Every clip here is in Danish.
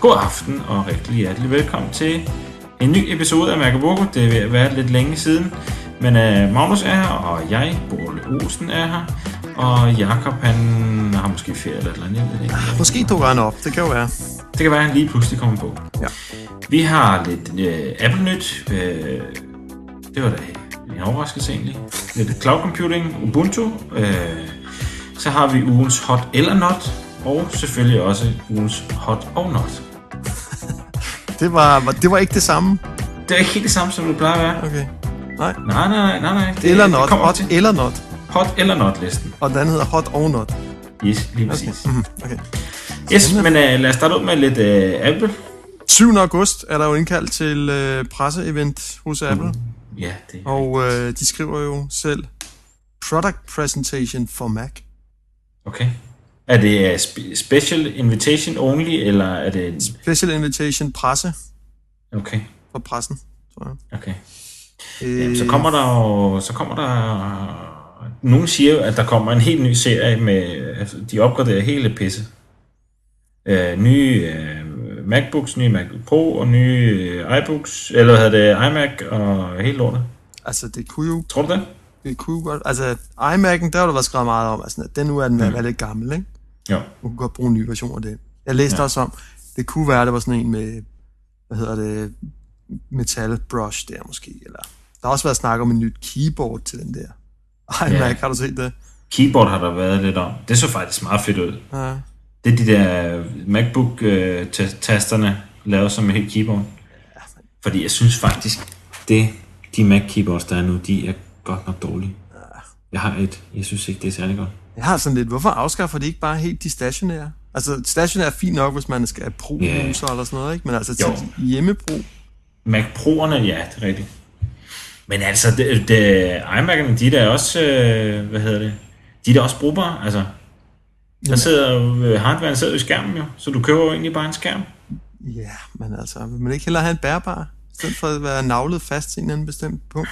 god aften og rigtig hjertelig velkommen til en ny episode af Mærkeboko. Det er ved at være lidt længe siden, men øh, Magnus er her, og jeg, Borle Olsen, er her. Og Jakob han har måske ferie eller et eller andet, jeg ved det ikke. Måske dukker han op, det kan jo være. Det kan være, at han lige pludselig kommer på. Ja. Vi har lidt øh, Apple-nyt. Øh, det var da en overraskelse egentlig. Lidt cloud computing, Ubuntu. Øh, så har vi ugens hot eller not. Og selvfølgelig også ugens hot og not. Det var, var- det var ikke det samme. Det er ikke helt det samme, som det plejer at være. Okay. Nej. Nej, nej, nej, nej. nej. Det, Eller det not. kommer Hot til. eller not. Hot eller not-listen. Og den anden hedder hot og not. Yes, lige Okay. præcis. Mhm, okay. Yes, men øh, lad os starte ud med lidt øh, Apple. 7. august er der jo indkaldt til øh, presseevent hos Mhm. Apple. Ja, det Og øh, de skriver jo selv Product Presentation for Mac. Oh. Okay. Er det øh, spe- special invitation only, eller er det... en- Special Invitation Presse Okay, for pressen, tror jeg. okay. Øh, Jamen, så kommer der jo, så kommer der... Nogen siger jo, at der kommer en helt ny serie med... Altså, de opgraderer hele pisse. Øh, nye øh, MacBooks, nye Mac Pro og nye øh, iBooks, eller hvad hedder det, iMac og hele lortet. Altså, det kunne jo, Tror du det? det kunne jo godt... Altså, iMac'en, der har der været skrevet meget om. Altså, den nu er den Mm. ved at være lidt gammel, ikke? Jo. man kunne godt bruge en ny version af det. Jeg læste Ja. ja. også om, det kunne være, at der var sådan en med, hvad hedder det, metal brush der måske, eller der har også været snak om en nyt keyboard til den der. Ej, Ja. ja. Mac, har du set det? Keyboard har der været lidt om. Det så faktisk meget fedt ud. Ja. Det er de der øh, MacBook-tasterne lavet som et helt keyboard. Fordi jeg synes faktisk, det de Mac-keyboards, der er nu, de er godt nok dårlige. Jeg har et. Jeg synes ikke, det er særlig godt. Jeg har sådan lidt, hvorfor afskaffer de ikke bare helt de stationære? Altså, stationære er fint nok, hvis man skal have pro Ja. yeah. eller sådan noget, ikke? Men altså, Jo. til hjemmebrug, Mac Pro'erne, ja, det er rigtigt. Men altså, det, det, iMac'erne, de er da også, øh, hvad hedder det, de er da også brugbare, altså. Der sidder jo, øh, hardwaren sidder jo i skærmen jo, så du køber jo egentlig bare en skærm. ja, men altså, vil man ikke hellere have en bærbar, i stedet for at være navlet fast til en eller anden bestemt punkt?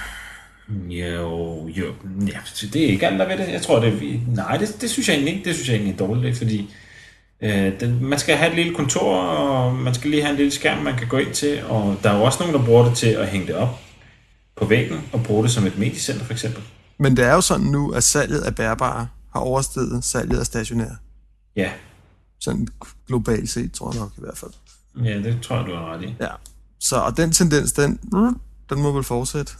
Jo, jo. Ja, det er ikke alt, der ved det. Jeg tror, det er... Nej, det, det synes jeg egentlig ikke. Det synes jeg egentlig er dårligt, fordi... Øh, den, man skal have et lille kontor, og man skal lige have en lille skærm, man kan gå ind til, og der er jo også nogen, der bruger det til at hænge det op på væggen, og bruge det som et mediecenter, for eksempel. Men det er jo sådan nu, at salget af bærbare har oversteget salget af stationære. Ja, Sådan globalt set, tror jeg nok i hvert fald. ja det tror jeg, du har ret i. Ja. Så, og den tendens, den, den må vel fortsætte.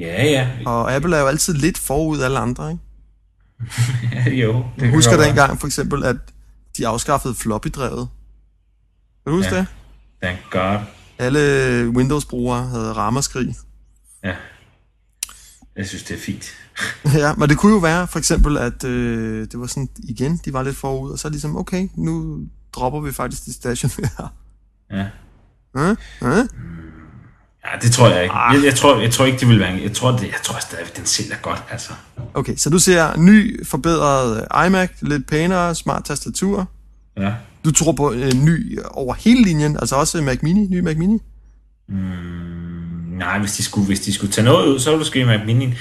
Ja, ja. Og Apple er jo altid lidt forud alle andre, ikke? ja jo. Jeg husker det dengang for eksempel, at de afskaffede floppy-drevet. Kan du huske Ja. ja. det? Thank God. Alle Windows-brugere havde ramaskrig. Ja. Jeg synes, det er fint. ja, men det kunne jo være for eksempel, at øh, det var sådan, igen, de var lidt forud, og så ligesom, okay, nu dropper vi faktisk de stationære. Ja. Øh, øh. Ja, det tror jeg ikke. Jeg, jeg, tror, jeg tror ikke, det vil være en... Jeg tror, det, jeg tror stadigvæk, den sælger godt, altså. Okay, så du ser ny, forbedret øh, iMac, lidt pænere, smart tastatur. Ja. Du tror på en ny øh, over hele linjen, altså også Mac Mini, ny Mac Mini. Nej, hvis de skulle, hvis de skulle tage noget ud, så ville du skrive Mac Mini. Nej,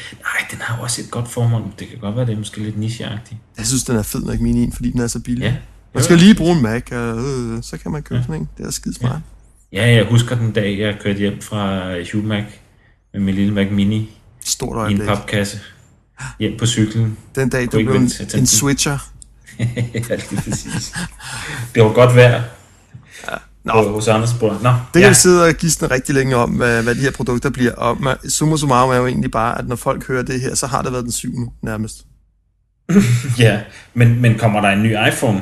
den har jo også et godt formål. Det kan godt være, det er måske lidt nicheagtigt. Jeg synes, den er fed Mac Mini, fordi den er så billig. Ja. Man skal lige bruge en Mac, og øh, så kan man købe sådan en. Det er skide smart. Ja, jeg husker den dag, jeg kørte hjem fra Hugh Mac med min lille Mac Mini Stort i en øjeblik. papkasse. Hjem på cyklen. Den dag, du ikke blev en, vente til at tænde en den. switcher. ja, lige præcis. Det var godt vejr. Nå. Hos Anders bror. Nå, Det kan ja. vi sidde og gisne rigtig længe om, hvad, hvad de her produkter bliver. Og ma- summa summarum er jo egentlig bare, at når folk hører det her, så har det været den syvende nærmest. ja. Men, men kommer der en ny iPhone?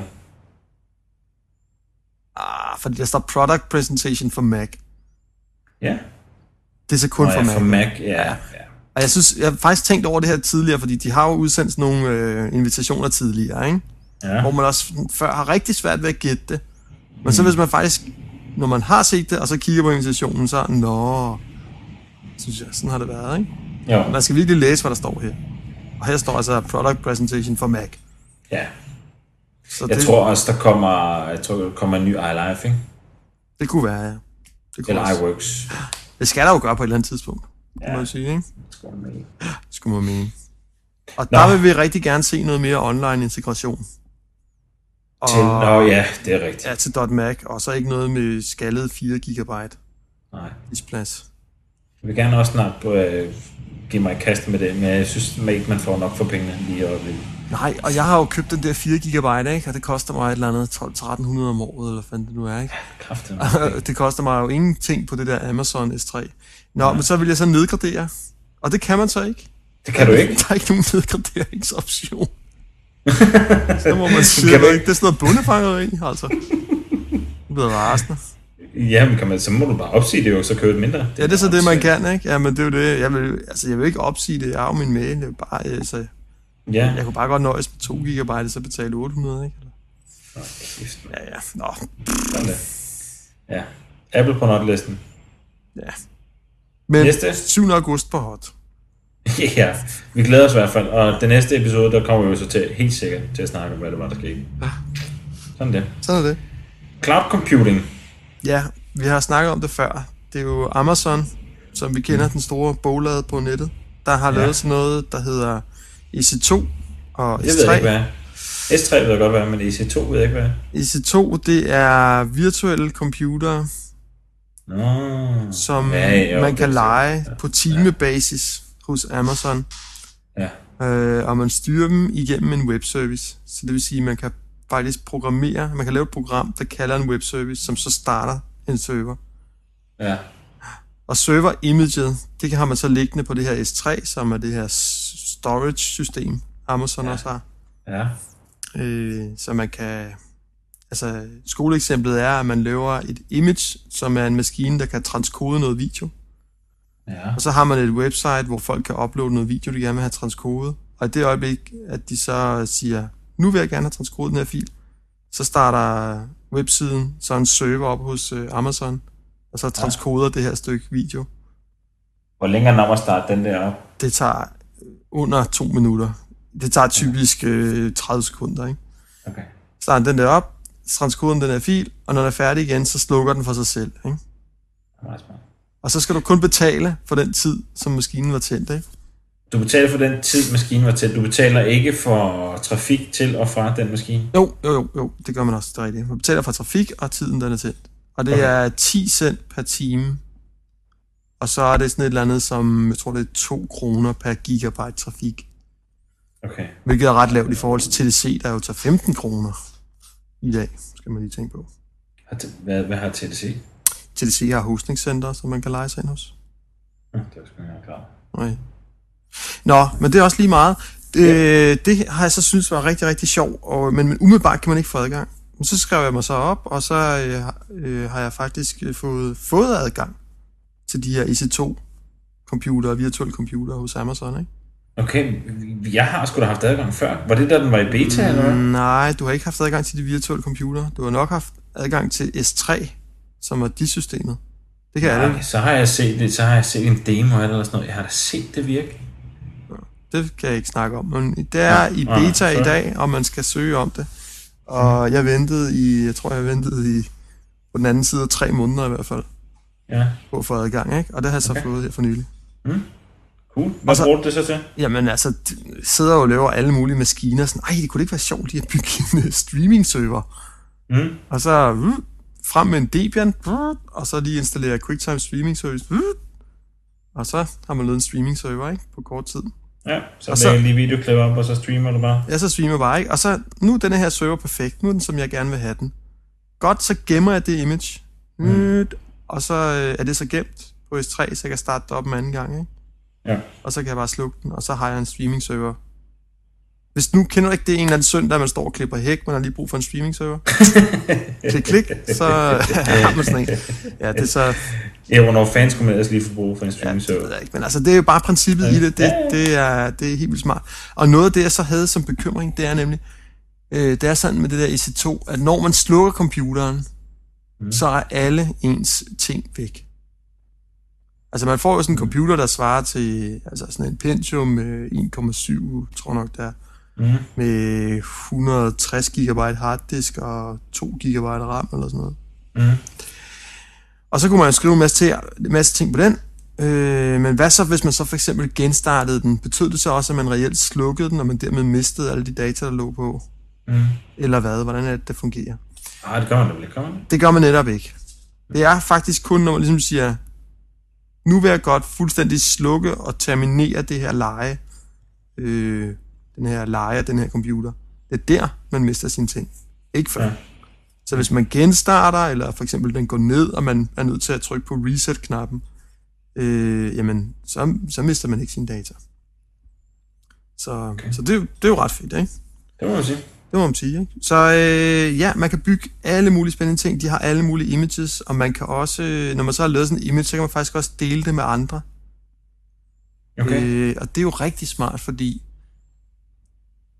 Ah, fordi der står product presentation for Mac. Ja. Det er så kun Nå, for ja, Mac. for Mac. Ja, ja. Og jeg synes, jeg har faktisk tænkt over det her tidligere, fordi de har jo udsendt sådan nogle øh, invitationer tidligere, ikke? ja. Hvor man også sådan før har rigtig svært ved at gætte det. Men Mm. så hvis man faktisk, når man har set det, og så kigger på invitationen, så nå, synes jeg, sådan har det været, ikke? Jo. Man skal virkelig læse, hvad der står her. Og her står altså product presentation for Mac. ja. Så Jeg det, tror også, der kommer, jeg tror, der kommer en ny iLife, ikke? det kunne være, ja. Det, kunne Eller også. iWorks. det skal der jo gøre på et eller andet tidspunkt, ja. Ja. kan man sige, ikke? Skål med. Skulle man mene. Og Nå. der vil vi rigtig gerne se noget mere online integration. Til, nå ja, det er rigtigt. Ja, til .Mac, og så ikke noget med skaldet 4 GB Nej. displads. Jeg vil gerne også snart øh, give mig et kast med det, men jeg synes man ikke, man får nok for pengene lige i øjeblikket. Nej, og jeg har jo købt den der 4 GB, ikke? og det koster mig et eller andet 12-1300 om året, eller hvad fanden det nu er, ikke? Kræftet. det koster mig jo ingenting på det der Amazon S3. Nå, ja. men så vil jeg så nedgradere, og det kan man så ikke. Det kan du ikke. Der er ikke nogen nedgraderingsoption. så må man sige, Kan du det, ikke? det er sådan noget bundefangeri, altså. Jeg bliver rasende. Jamen, kan man, så må du bare opsige det jo, så købe et mindre. Ja, det er så det, man åndssvagt. kan, ikke? Ja, men det er jo det. Jeg vil, altså, jeg vil ikke opsige det. Jeg har jo min mail. Jeg, vil bare, øh, så Ja. jeg kunne bare godt nøjes med 2 GB, så betale 800, ikke? Eller- Nå, kæft, mand. Ja, ja. Nå, Sådan der. Ja. Apple på notlisten. ja. Men Næste. 7. august på hot. ja, vi glæder os i hvert fald. Og den næste episode, der kommer vi jo så til, helt sikkert til at snakke om, hvad det var, der skete. Ja. Sådan det. Sådan er det. Cloud computing. Ja, vi har snakket om det før. Det er jo Amazon, som vi kender, den store boglade på nettet, der har Ja. lavet sådan noget, der hedder EC2 og E Det ved jeg S3. ikke, hvad er. S3 ved jeg godt, hvad er, men EC2 ved jeg ikke, hvad er. EC2, E det er virtuelle computere, Nå. som Ja, jo, man kan det- lege på timebasis hos Amazon. Ja. Øh, og man styrer dem igennem en webservice. Så det vil sige, at man kan faktisk programmere, man kan lave et program, der kalder en webservice, som så starter en server. Ja. Og server-imaget, det har man så liggende på det her S3, som er det her s- storage-system, Amazon ja. også har. Ja. Øh, så man kan... Altså, skoleeksemplet er, at man laver et image, som er en maskine, der kan transkode noget video. Ja. Og så har man et website, hvor folk kan uploade noget video, de gerne vil have transkodet. Og i det øjeblik, at de så siger, nu vil jeg gerne have transkodet den her fil, så starter websiden så en server op hos øh, Amazon, og så transkoder det her stykke video. Hvor længere når at starte den der op? Det tager øh, under to minutter. Det tager typisk øh, 30 sekunder, ikke? Okay. starter den der op, transkoder den her fil, og når den er færdig igen, så slukker den for sig selv. Ikke? Meget smart. Og så skal du kun betale for den tid, som maskinen var tændt. Ikke? Du betaler for den tid, maskinen var til. Du betaler ikke for trafik til og fra den maskine. Jo, jo, jo, jo, det gør man også, det er rigtigt. Man betaler for trafik og tiden, den er tændt. Og det Okay. er 10 cent per time. Og så er det sådan et eller andet som, jeg tror det er 2 kroner per gigabyte trafik. Okay. Hvilket er ret lavt i forhold til TDC, der jo tager 15 kroner i dag, skal man lige tænke på. Har t- Hvad, hvad har TDC? TDC har hostingcenter, som man kan lege sig ind hos. Hm, Det var sgu ikke engang klart. Nej. Nå, men det er også lige meget. Øh, det har jeg så synes var rigtig, rigtig sjovt, og, men, men umiddelbart kan man ikke få adgang. Men så skrev jeg mig så op, og så øh, har- øh, har jeg faktisk øh, fået, fået adgang til de her EC2-computere, virtuelle computere hos Amazon, ikke? Okay, jeg har sgu da haft adgang før. Var det da den var i beta, mm. eller hvad? Nej, du har ikke haft adgang til de virtuelle computere. Du har nok haft adgang til S3, som er DIS-systemet. Det kan ja. alle. Nej, så har jeg set det, så har jeg set en demo eller sådan noget. Jeg har da set det virke. Det kan jeg ikke snakke om, men det er i nej, beta i sorry. dag, og man skal søge om det. Og jeg ventede i, jeg tror jeg ventede i, på den anden side af tre måneder i hvert fald, Ja, på at få adgang, ikke? Og det har jeg så okay. fået her for nylig. cool. Hvad så- bruger du det så til? Jamen altså, de sidder jo og laver alle mulige maskiner, sådan, ej, det kunne det ikke være sjovt lige at bygge en øh, streaming-server. Mm. Og så mm, frem med en Debian, mm, og så lige installere QuickTime Streaming Service, mm, og så har man lavet en streaming-server, ikke? På kort tid. Ja, så lægger Og så- jeg lige videoklip op, og så streamer du bare. Ja, så streamer jeg bare, ikke? Og så, nu er den her server perfekt. Nu er den, som jeg gerne vil have den. Godt, så gemmer jeg det image. Mm. Og så øh, er det så gemt på S3, så jeg kan starte det op en anden gang, ikke? Ja. Og så kan jeg bare slukke den, og så har jeg en streaming server. Hvis nu kender du ikke det, en eller anden søndag, man står og klipper hæk, man har lige brug for en streaming server. klik, klik, så har man sådan en. Ja, det er så, Ja, hvornår fanden skulle man ellers lige få brug for en Ja, streaming det server? ved jeg ikke, men altså, det er jo bare princippet i det. Det, det, er, det er helt vildt smart. Og noget af det, jeg så havde som bekymring, det er nemlig, øh, det er sådan med det der EC2, at når man slukker computeren, mm. så er alle ens ting væk. Altså, man får jo sådan en computer, der svarer til altså sådan en Pentium øh, 1,7, tror jeg nok, der Mm. med 160 GB harddisk og 2 GB RAM eller sådan noget. Mm. Og så kunne man jo skrive en masse, til, en masse ting på den. Øh, men hvad så, hvis man så for eksempel genstartede den? Betød det så også, at man reelt slukkede den, og man dermed mistede alle de data, der lå på? Mm. eller hvad, hvordan er det, det fungerer. Nej, Ah, det gør man da vel ikke, gør man det? Det gør man netop ikke. Det er faktisk kun, når man ligesom siger, nu vil jeg godt fuldstændig slukke og terminere det her leje, øh, den her leje af den her computer. Det er der, man mister sine ting. Ikke før. Ja. Ja. Så hvis man genstarter, eller for eksempel den går ned, og man er nødt til at trykke på reset-knappen, øh, jamen, så, så mister man ikke sine data. Så, okay. så det, er jo- det er jo ret fedt, ikke? Det må man sige. Det må man sige, ikke? Så øh, ja, man kan bygge alle mulige spændende ting. De har alle mulige images, og man kan også, øh, når man så har lavet sådan en image, så kan man faktisk også dele det med andre. Okay. Øh. Øh, og det er jo rigtig smart, fordi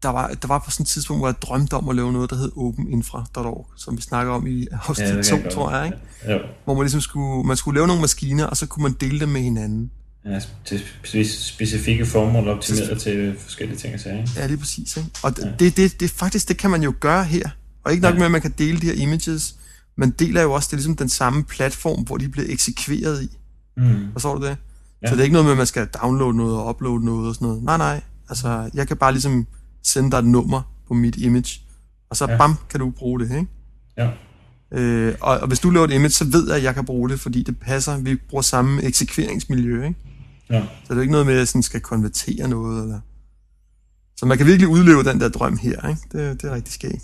der var, der var på sådan et tidspunkt, hvor jeg drømte om at lave noget, der hed openinfra.org, som vi snakker om i afsnit Ja, ja, det kan 2, jeg godt. tror jeg, ikke? Jo. Hvor man ligesom skulle, man skulle lave nogle maskiner, og så kunne man dele dem med hinanden. Ja, til spe- specifikke formål optimeret til forskellige ting og sager. ikke? Ja, lige præcis, ikke? Og det, det, det, det, faktisk, det kan man jo gøre her. Og ikke nok Ja. med, at man kan dele de her images, man deler jo også, det er ligesom den samme platform, hvor de bliver eksekveret i. Mm. Forstår du det? Ja. Ja. Så det er ikke noget med, at man skal downloade noget og uploade noget og sådan noget. Nej, nej. Altså, jeg kan bare ligesom sende dig et nummer på mit image, og så Ja. ja. bam, kan du bruge det, ikke? Ja. Øh, og, og hvis du laver et image, så ved jeg, at jeg kan bruge det, fordi det passer. Vi bruger samme eksekveringsmiljø, ikke? Ja. Så det er jo ikke noget med, at jeg sådan skal konvertere noget, eller... Så man kan virkelig udleve den der drøm her, ikke? Det, det er rigtig skægt.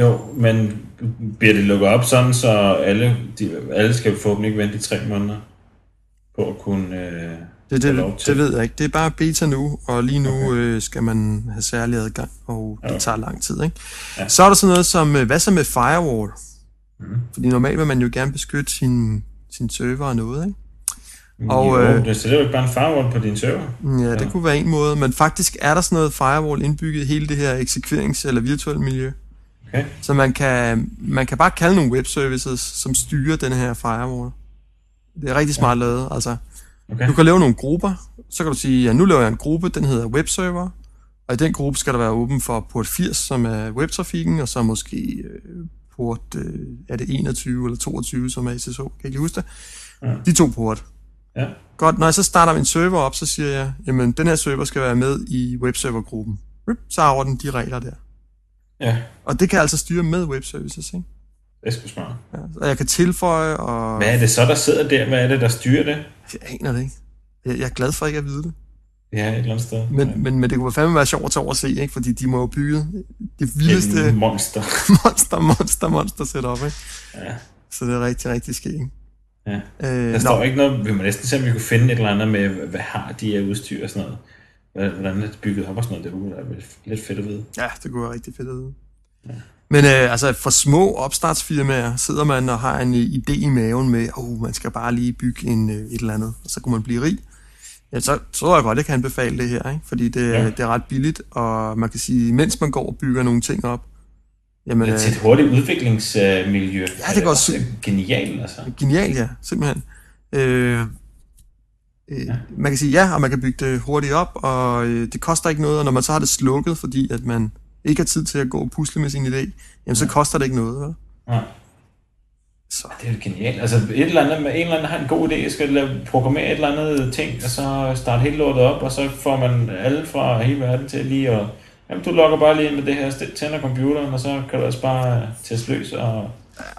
Jo, men bliver det lukket op sådan, så alle, de, alle skal forhåbentlig ikke vente i tre måneder på at kunne... Øh, Det, have det, lov til. det ved jeg ikke. Det er bare beta nu, og lige nu okay. øh, skal man have særlig adgang, og det Ja. tager lang tid. Ikke? Ja. Ja. Så er der sådan noget som, øh, hvad så med firewall? Mhm. Mm. Fordi normalt vil man jo gerne beskytte sin, sin server og noget. Ikke? Og, Og, jo, øh, øh, så det er jo ikke bare en firewall på din server. Ja, det Ja. ja. kunne være en måde. Men faktisk er der sådan noget firewall indbygget i hele det her eksekverings- eller virtuelle miljø. Okay. Så man kan, man kan bare kalde nogle webservices, som styrer den her firewall. Det er rigtig smart ja. lavet. Altså, Okay. Du kan lave nogle grupper. Så kan du sige, ja, nu laver jeg en gruppe, den hedder webserver. Og i den gruppe skal der være åben for port 80, som er webtrafikken, og så måske øh, port, øh, er det 21 eller 22, som er SSH, kan jeg ikke huske det. Ja. De to port. Ja. Godt, når jeg så starter min server op, så siger jeg, jamen den her server skal være med i webservergruppen. Rip, Så har den de regler der. Ja, Og det kan jeg altså styre med webservices, ikke? det er sgu smart. Ja, og jeg kan tilføje, og Hvad er det så, der sidder der? Hvad er det, der styrer det? jeg aner det ikke. Jeg jeg er glad for ikke at vide det. Ja, et eller andet sted. Men, men, men det kunne fandme være sjovt at tage over at se, ikke? fordi de må jo bygge det vildeste Et monster. monster, monster, monster setup. Ikke? Ja. Så det er rigtig, rigtig skægt. ikke? Ja. Der Øh, står nå, ikke noget, vi må næsten se, om vi kunne finde et eller andet med, hvad har de af udstyr og sådan noget. Hvad- Hvordan er det bygget op og sådan noget. Det kunne være lidt fedt at vide. ja, det kunne være rigtig fedt at vide. Men øh, altså, for små opstartsfirmaer sidder man og har en øh, idé i maven med, at oh, man skal bare lige bygge en, øh, et eller andet, og så kunne man blive rig. Ja, så tror jeg godt, jeg kan anbefale det her, ikke? fordi det, Ja. ja. det er ret billigt, og man kan sige, mens man går og bygger nogle ting op, jamen, Men øh, til et hurtigt udviklingsmiljø. Ja, det går sygt. Genialt, altså. Genial, ja, simpelthen. Øh, øh, ja. Man kan sige ja, og man kan bygge det hurtigt op, og øh, det koster ikke noget, og når man så har det slukket, fordi at man ikke har tid til at gå og pusle med sin idé, jamen så koster det ikke noget. Vel? Ja. Så Det er jo genialt. Altså et eller andet, med en eller anden har en god idé, jeg skal lave, programmere et eller andet ting, og så starte hele lortet op, og så får man alle fra hele verden til lige at... Jamen, du logger bare lige ind med det her, stil- tænder computeren, og så kan du også bare teste løs og...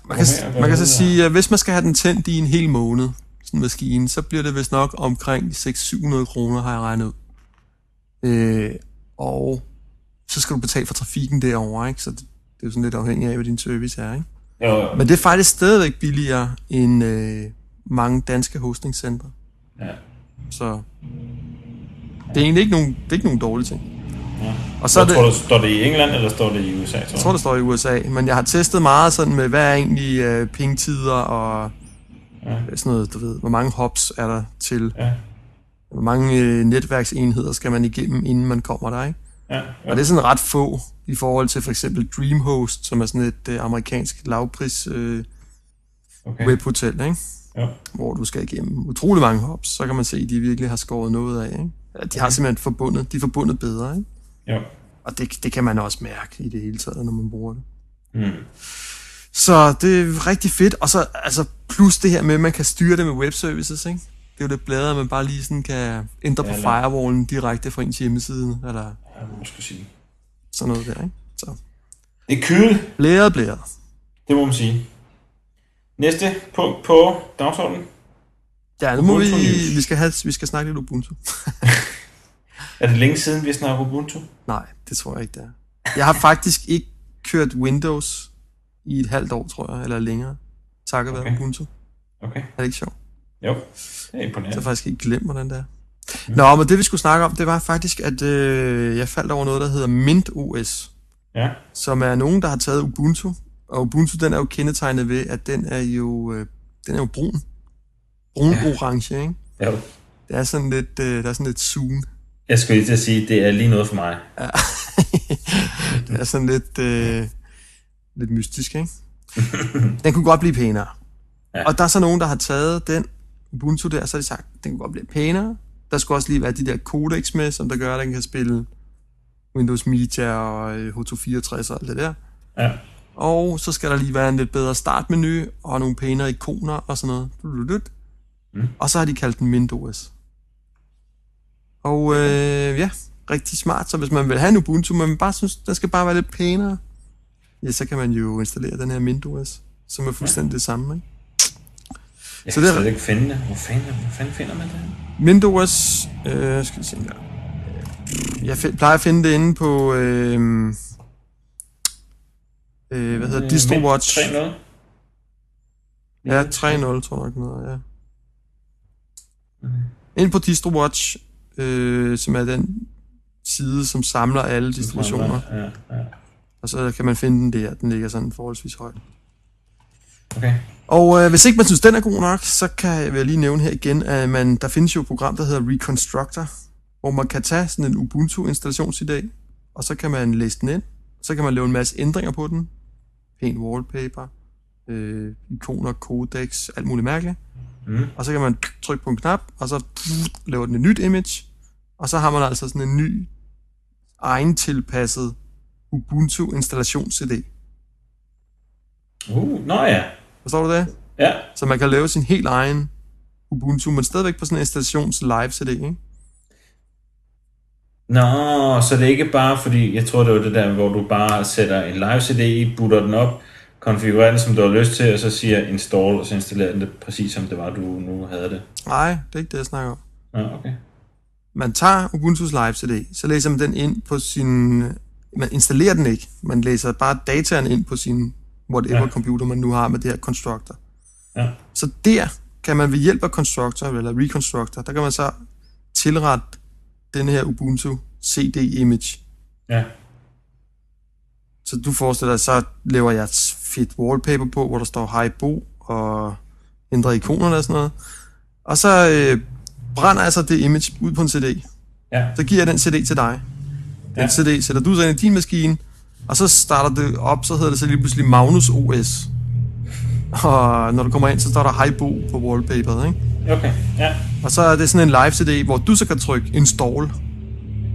man kan, programmere og man kan så gøre sige, at hvis man skal have den tændt i en hel måned, sådan en maskine, så bliver det vist nok omkring 600-700 kroner, har jeg regnet ud. Øh, og så skal du betale for trafikken derovre, ikke? så det, det er jo sådan lidt afhængigt af, hvad din service er. Ikke? videre. Jo, jo. Men det er faktisk stadigvæk billigere end øh, mange danske hostingcentre. Ja. Så det er egentlig ikke nogen, det er ikke nogen dårlige ting. Ja. Og så Så er det, tror du, står det i England, eller står det i USA? Tror jeg tror, det står i USA, men jeg har testet meget sådan med, hvad er egentlig øh, pingtider og Ja. øh, sådan noget, du ved, hvor mange hops er der til, Ja. hvor mange øh, netværksenheder skal man igennem, inden man kommer der, ikke? Ja, ja. Og det er sådan ret få i forhold til for eksempel Dreamhost, som er sådan et øh, amerikansk lavpris øh, Okay. webhotel, ikke? Jo. hvor du skal igennem utrolig mange hops, så kan man se, at de virkelig har skåret noget af. Ikke? Ja, De har simpelthen forbundet, de er forbundet bedre, ikke? Jo. og det, det kan man også mærke i det hele taget, når man bruger det. Mm. Så det er rigtig fedt, og så altså, plus det her med, at man kan styre det med webservices, ikke? Det er jo det bladere, at man bare lige sådan kan ændre på Ja, eller- firewallen direkte fra ens hjemmeside, eller Ja, må man skulle sige. sådan noget der, ikke? Så Det er kyl. Blæret, blæret. Det må man sige. Næste punkt på dagsordenen. Ja, nu må vi, vi, skal have, vi skal snakke lidt Ubuntu. er det længe siden, vi snakker Ubuntu? Nej, det tror jeg ikke, det er. Jeg har faktisk ikke kørt Windows i et halvt år, tror jeg, eller længere. Takket okay. være Ubuntu. Okay. Er det ikke sjovt? Jo, det er imponerende. Jeg har faktisk ikke glemt, hvordan det er. Mm. Nå, men det vi skulle snakke om, det var faktisk, at øh, jeg faldt over noget, der hedder Mint OS. Ja. Som er nogen, der har taget Ubuntu. Og Ubuntu, den er jo kendetegnet ved, at den er jo, øh, den er jo brun. Brun-orange, ja. ikke? Ja. Det er sådan lidt, øh, der er sådan lidt zoom. Jeg skulle lige til at sige, det er lige noget for mig. Ja. det er sådan lidt, øh, lidt mystisk, ikke? den kunne godt blive pænere. Ja. Og der er så nogen, der har taget den Ubuntu der, så har de sagt, den kunne godt blive pænere. Der skulle også lige være de der codecs med, som der gør, at den kan spille Windows Media og øh, H264 og alt det der. Ja. Og så skal der lige være en lidt bedre startmenu og nogle pænere ikoner og sådan noget. Mm. Og så har de kaldt den Windows. Og øh, ja, rigtig smart. Så hvis man vil have en Ubuntu, men man bare synes, den skal bare være lidt pænere, ja, så kan man jo installere den her Windows, som er fuldstændig ja. det samme, ikke? Jeg så kan det er... ikke finde det. Hvor fanden, hvor fanden finder man det? Windows, øh, skal vi se her. Jeg find, plejer at finde det inde på, øh, øh, hvad hedder det, DistroWatch. 3.0? Ja, 3.0 tror jeg nok noget, ja. Ind på DistroWatch, øh, som er den side, som samler alle distributioner. Ja, ja. Og så kan man finde den der, den ligger sådan forholdsvis højt. Okay. Og øh, hvis ikke man synes, den er god nok, så kan jeg vil lige nævne her igen, at man, der findes jo et program, der hedder Reconstructor, hvor man kan tage sådan en Ubuntu-installationsidé, og så kan man læse den ind, så kan man lave en masse ændringer på den, pæn wallpaper, øh, ikoner, codex, alt muligt mærkeligt. Mm. Og så kan man trykke på en knap, og så pff, laver den et nyt image, og så har man altså sådan en ny, egen tilpasset Ubuntu-installations-CD. Uh, nå ja. Forstår du det? Ja. Så man kan lave sin helt egen Ubuntu, men stadigvæk på sådan en installations live CD, ikke? Nå, så det er ikke bare, fordi jeg tror, det var det der, hvor du bare sætter en live CD i, butter den op, konfigurerer den, som du har lyst til, og så siger install, og så installerer den det præcis, som det var, du nu havde det. Nej, det er ikke det, jeg snakker om. Nå, okay. Man tager Ubuntu's live CD, så læser man den ind på sin... Man installerer den ikke. Man læser bare dataen ind på sin whatever ja. computer, man nu har med det her constructor. Ja. Så der kan man ved hjælp af constructor, eller reconstructor, der kan man så tilrette den her Ubuntu CD-image. Ja. Så du forestiller dig, så laver jeg et fedt wallpaper på, hvor der står hej bo, og ændrer ikonerne og sådan noget. Og så øh, brænder jeg så det image ud på en CD. Ja. Så giver jeg den CD til dig. Den ja. CD sætter du så ind i din maskine, og så starter det op, så hedder det så lige pludselig Magnus OS. Og når du kommer ind, så står der Hej Bo på wallpaperet, ikke? Okay, ja. Og så er det sådan en live CD, hvor du så kan trykke install.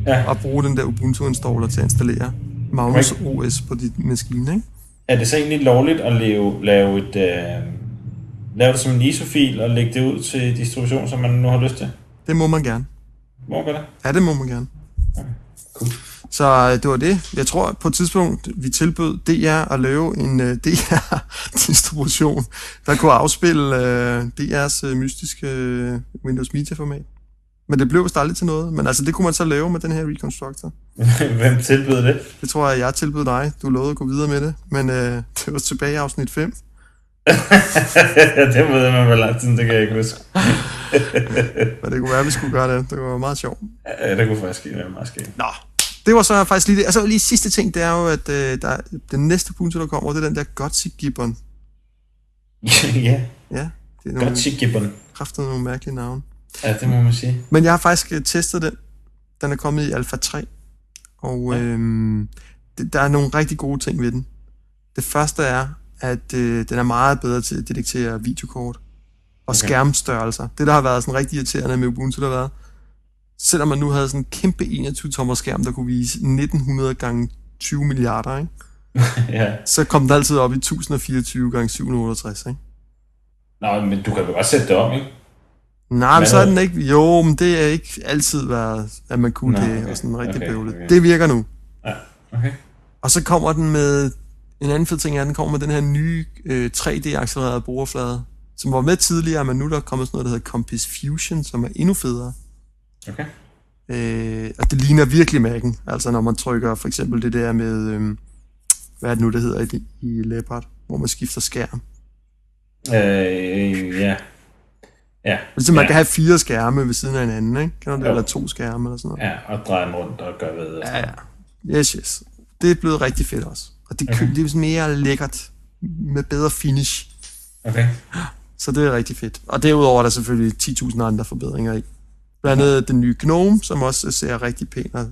Ja. Og bruge den der Ubuntu installer til at installere Magnus okay. OS på dit maskine, ikke? Er det så egentlig lovligt at lave, lave et... Øh, lave det som en ISO-fil og lægge det ud til distribution, som man nu har lyst til? Det må man gerne. Må man det? Ja, det må man gerne. Okay, cool. Så øh, det var det. Jeg tror, på et tidspunkt, vi tilbød DR at lave en uh, DR-distribution, der kunne afspille uh, DR's uh, mystiske uh, Windows Media-format. Men det blev vist aldrig til noget. Men altså, det kunne man så lave med den her Reconstructor. Hvem tilbød det? Det tror jeg, jeg tilbød dig. Du lovede at gå videre med det. Men uh, det var tilbage i afsnit 5. det ved man, hvor lang tid det kan jeg ikke huske. Men det kunne være, at vi skulle gøre det. Det var meget sjovt. Ja, det kunne faktisk være meget skægt. Nå, det var så faktisk lige det. Altså lige sidste ting, det er jo, at øh, der, den næste punkt, der kommer, det er den der Gothic Gibbon. ja. Ja. Det er nogle, Gothic Gibbon. Kræfter nogle mærkelige navne. Ja, det må man sige. Men jeg har faktisk øh, testet den. Den er kommet i Alpha 3. Og ja. øhm, det, der er nogle rigtig gode ting ved den. Det første er, at øh, den er meget bedre til at detektere videokort og okay. skærmstørrelser. Det, der har været sådan rigtig irriterende med Ubuntu, der har været, selvom man nu havde sådan en kæmpe 21-tommer skærm, der kunne vise 1900 gange 20 milliarder, ikke? ja. så kom den altid op i 1024 gange 768, ikke? Nej, men du kan vel godt sætte det om, ikke? Nej, men, men så er den ikke... Jo, men det er ikke altid været, at man kunne Nå, det, okay. og sådan rigtig okay, bøvlet. Okay. Det virker nu. Ja, okay. Og så kommer den med, en anden fed ting er, at den kommer med den her nye øh, 3D-accelererede brugerflade, som var med tidligere, men nu er der kommet sådan noget, der hedder Compass Fusion, som er endnu federe. Okay. Øh, og det ligner virkelig mærken, altså når man trykker for eksempel det der med, øh, hvad er det nu, det hedder i, i Leopard, hvor man skifter skærm. Øh, ja. Ja. Altså man ja. kan have fire skærme ved siden af hinanden, ikke? Kan du det? Jo. Eller to skærme eller sådan noget. Ja, og dreje den rundt og gøre ved. Ja, ja. Yes, yes. Det er blevet rigtig fedt også. Og det, kø- det er sådan mere lækkert, med bedre finish. Okay. Så det er rigtig fedt. Og derudover er der selvfølgelig 10.000 andre forbedringer i. Blandt andet den nye Gnome, som også ser rigtig pæn og,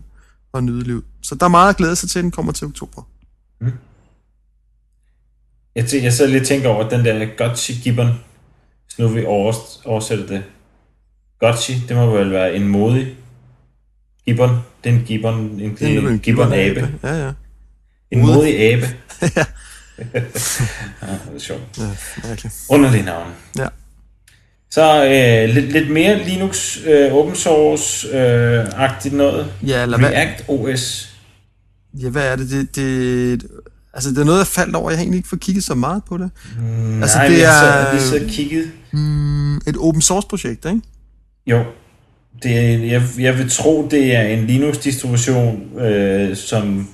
og nydelig ud. Så der er meget at glæde sig til, den kommer til oktober. Jeg, tæ- jeg sidder lige og tænker over den der Gotchi Gibbon. Så nu vil vi overs- oversætte det. Gotchi, det må vel være en modig gibbon. Det er en gibbon, en, en, Det er en gibbon-abe. Ja, ja. En Modig. modig abe. ja, det er sjovt. Ja, virkelig. Underlig navn. Ja. Så øh, lidt, lidt mere Linux øh, open source-agtigt øh, agtigt noget. Ja, eller hvad, React OS. ja, hvad er det? Det, det, altså, det er noget, jeg faldt over. Jeg har egentlig ikke fået kigget så meget på det. Mm, Altså, Nej, det vi har er- så, vi har så kigget. Mm, et open source projekt, ikke? Jo. Det er, jeg, jeg vil tro, det er en Linux-distribution, øh, som,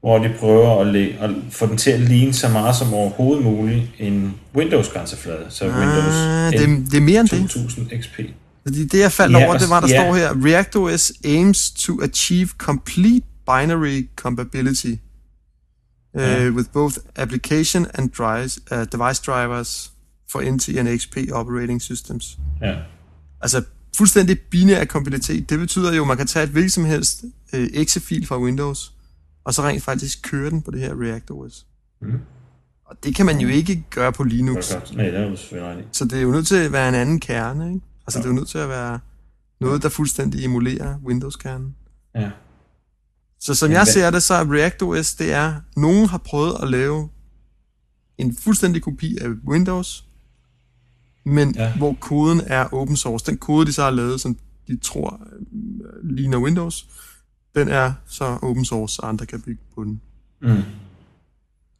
hvor de prøver at, læ- at få den til at ligne så meget som overhovedet muligt en Windows-grænseflade. Så Windows Ah, det, N er- det er mere end det. 2000 XP. Fordi det, jeg faldt Ja, over, og- det var, der ja. står her, ReactOS aims to achieve complete binary compatibility uh, Ja. with both application and drives, uh, device drivers for NT and XP operating systems. Ja. Altså fuldstændig binær kompatibilitet. Det betyder jo, at man kan tage et hvilket som helst uh, exe-fil fra Windows, og så rent faktisk køre den på det her ReactOS. Mm. Og det kan man jo ikke gøre på Linux. Det var godt. Nej, det er jo selvfølgelig rigtigt. Så det er jo nødt til at være en anden kerne, ikke? Altså, ja. det er jo nødt til at være noget, der fuldstændig emulerer Windows-kernen. Ja. Så som Men jeg hvad- ser det, så er ReactOS, det er, nogen har prøvet at lave en fuldstændig kopi af Windows, men ja. Ja. hvor koden er open source. Den kode, de så har lavet, som de tror øh, ligner Windows, den er så open source, så andre kan bygge på den. Mm.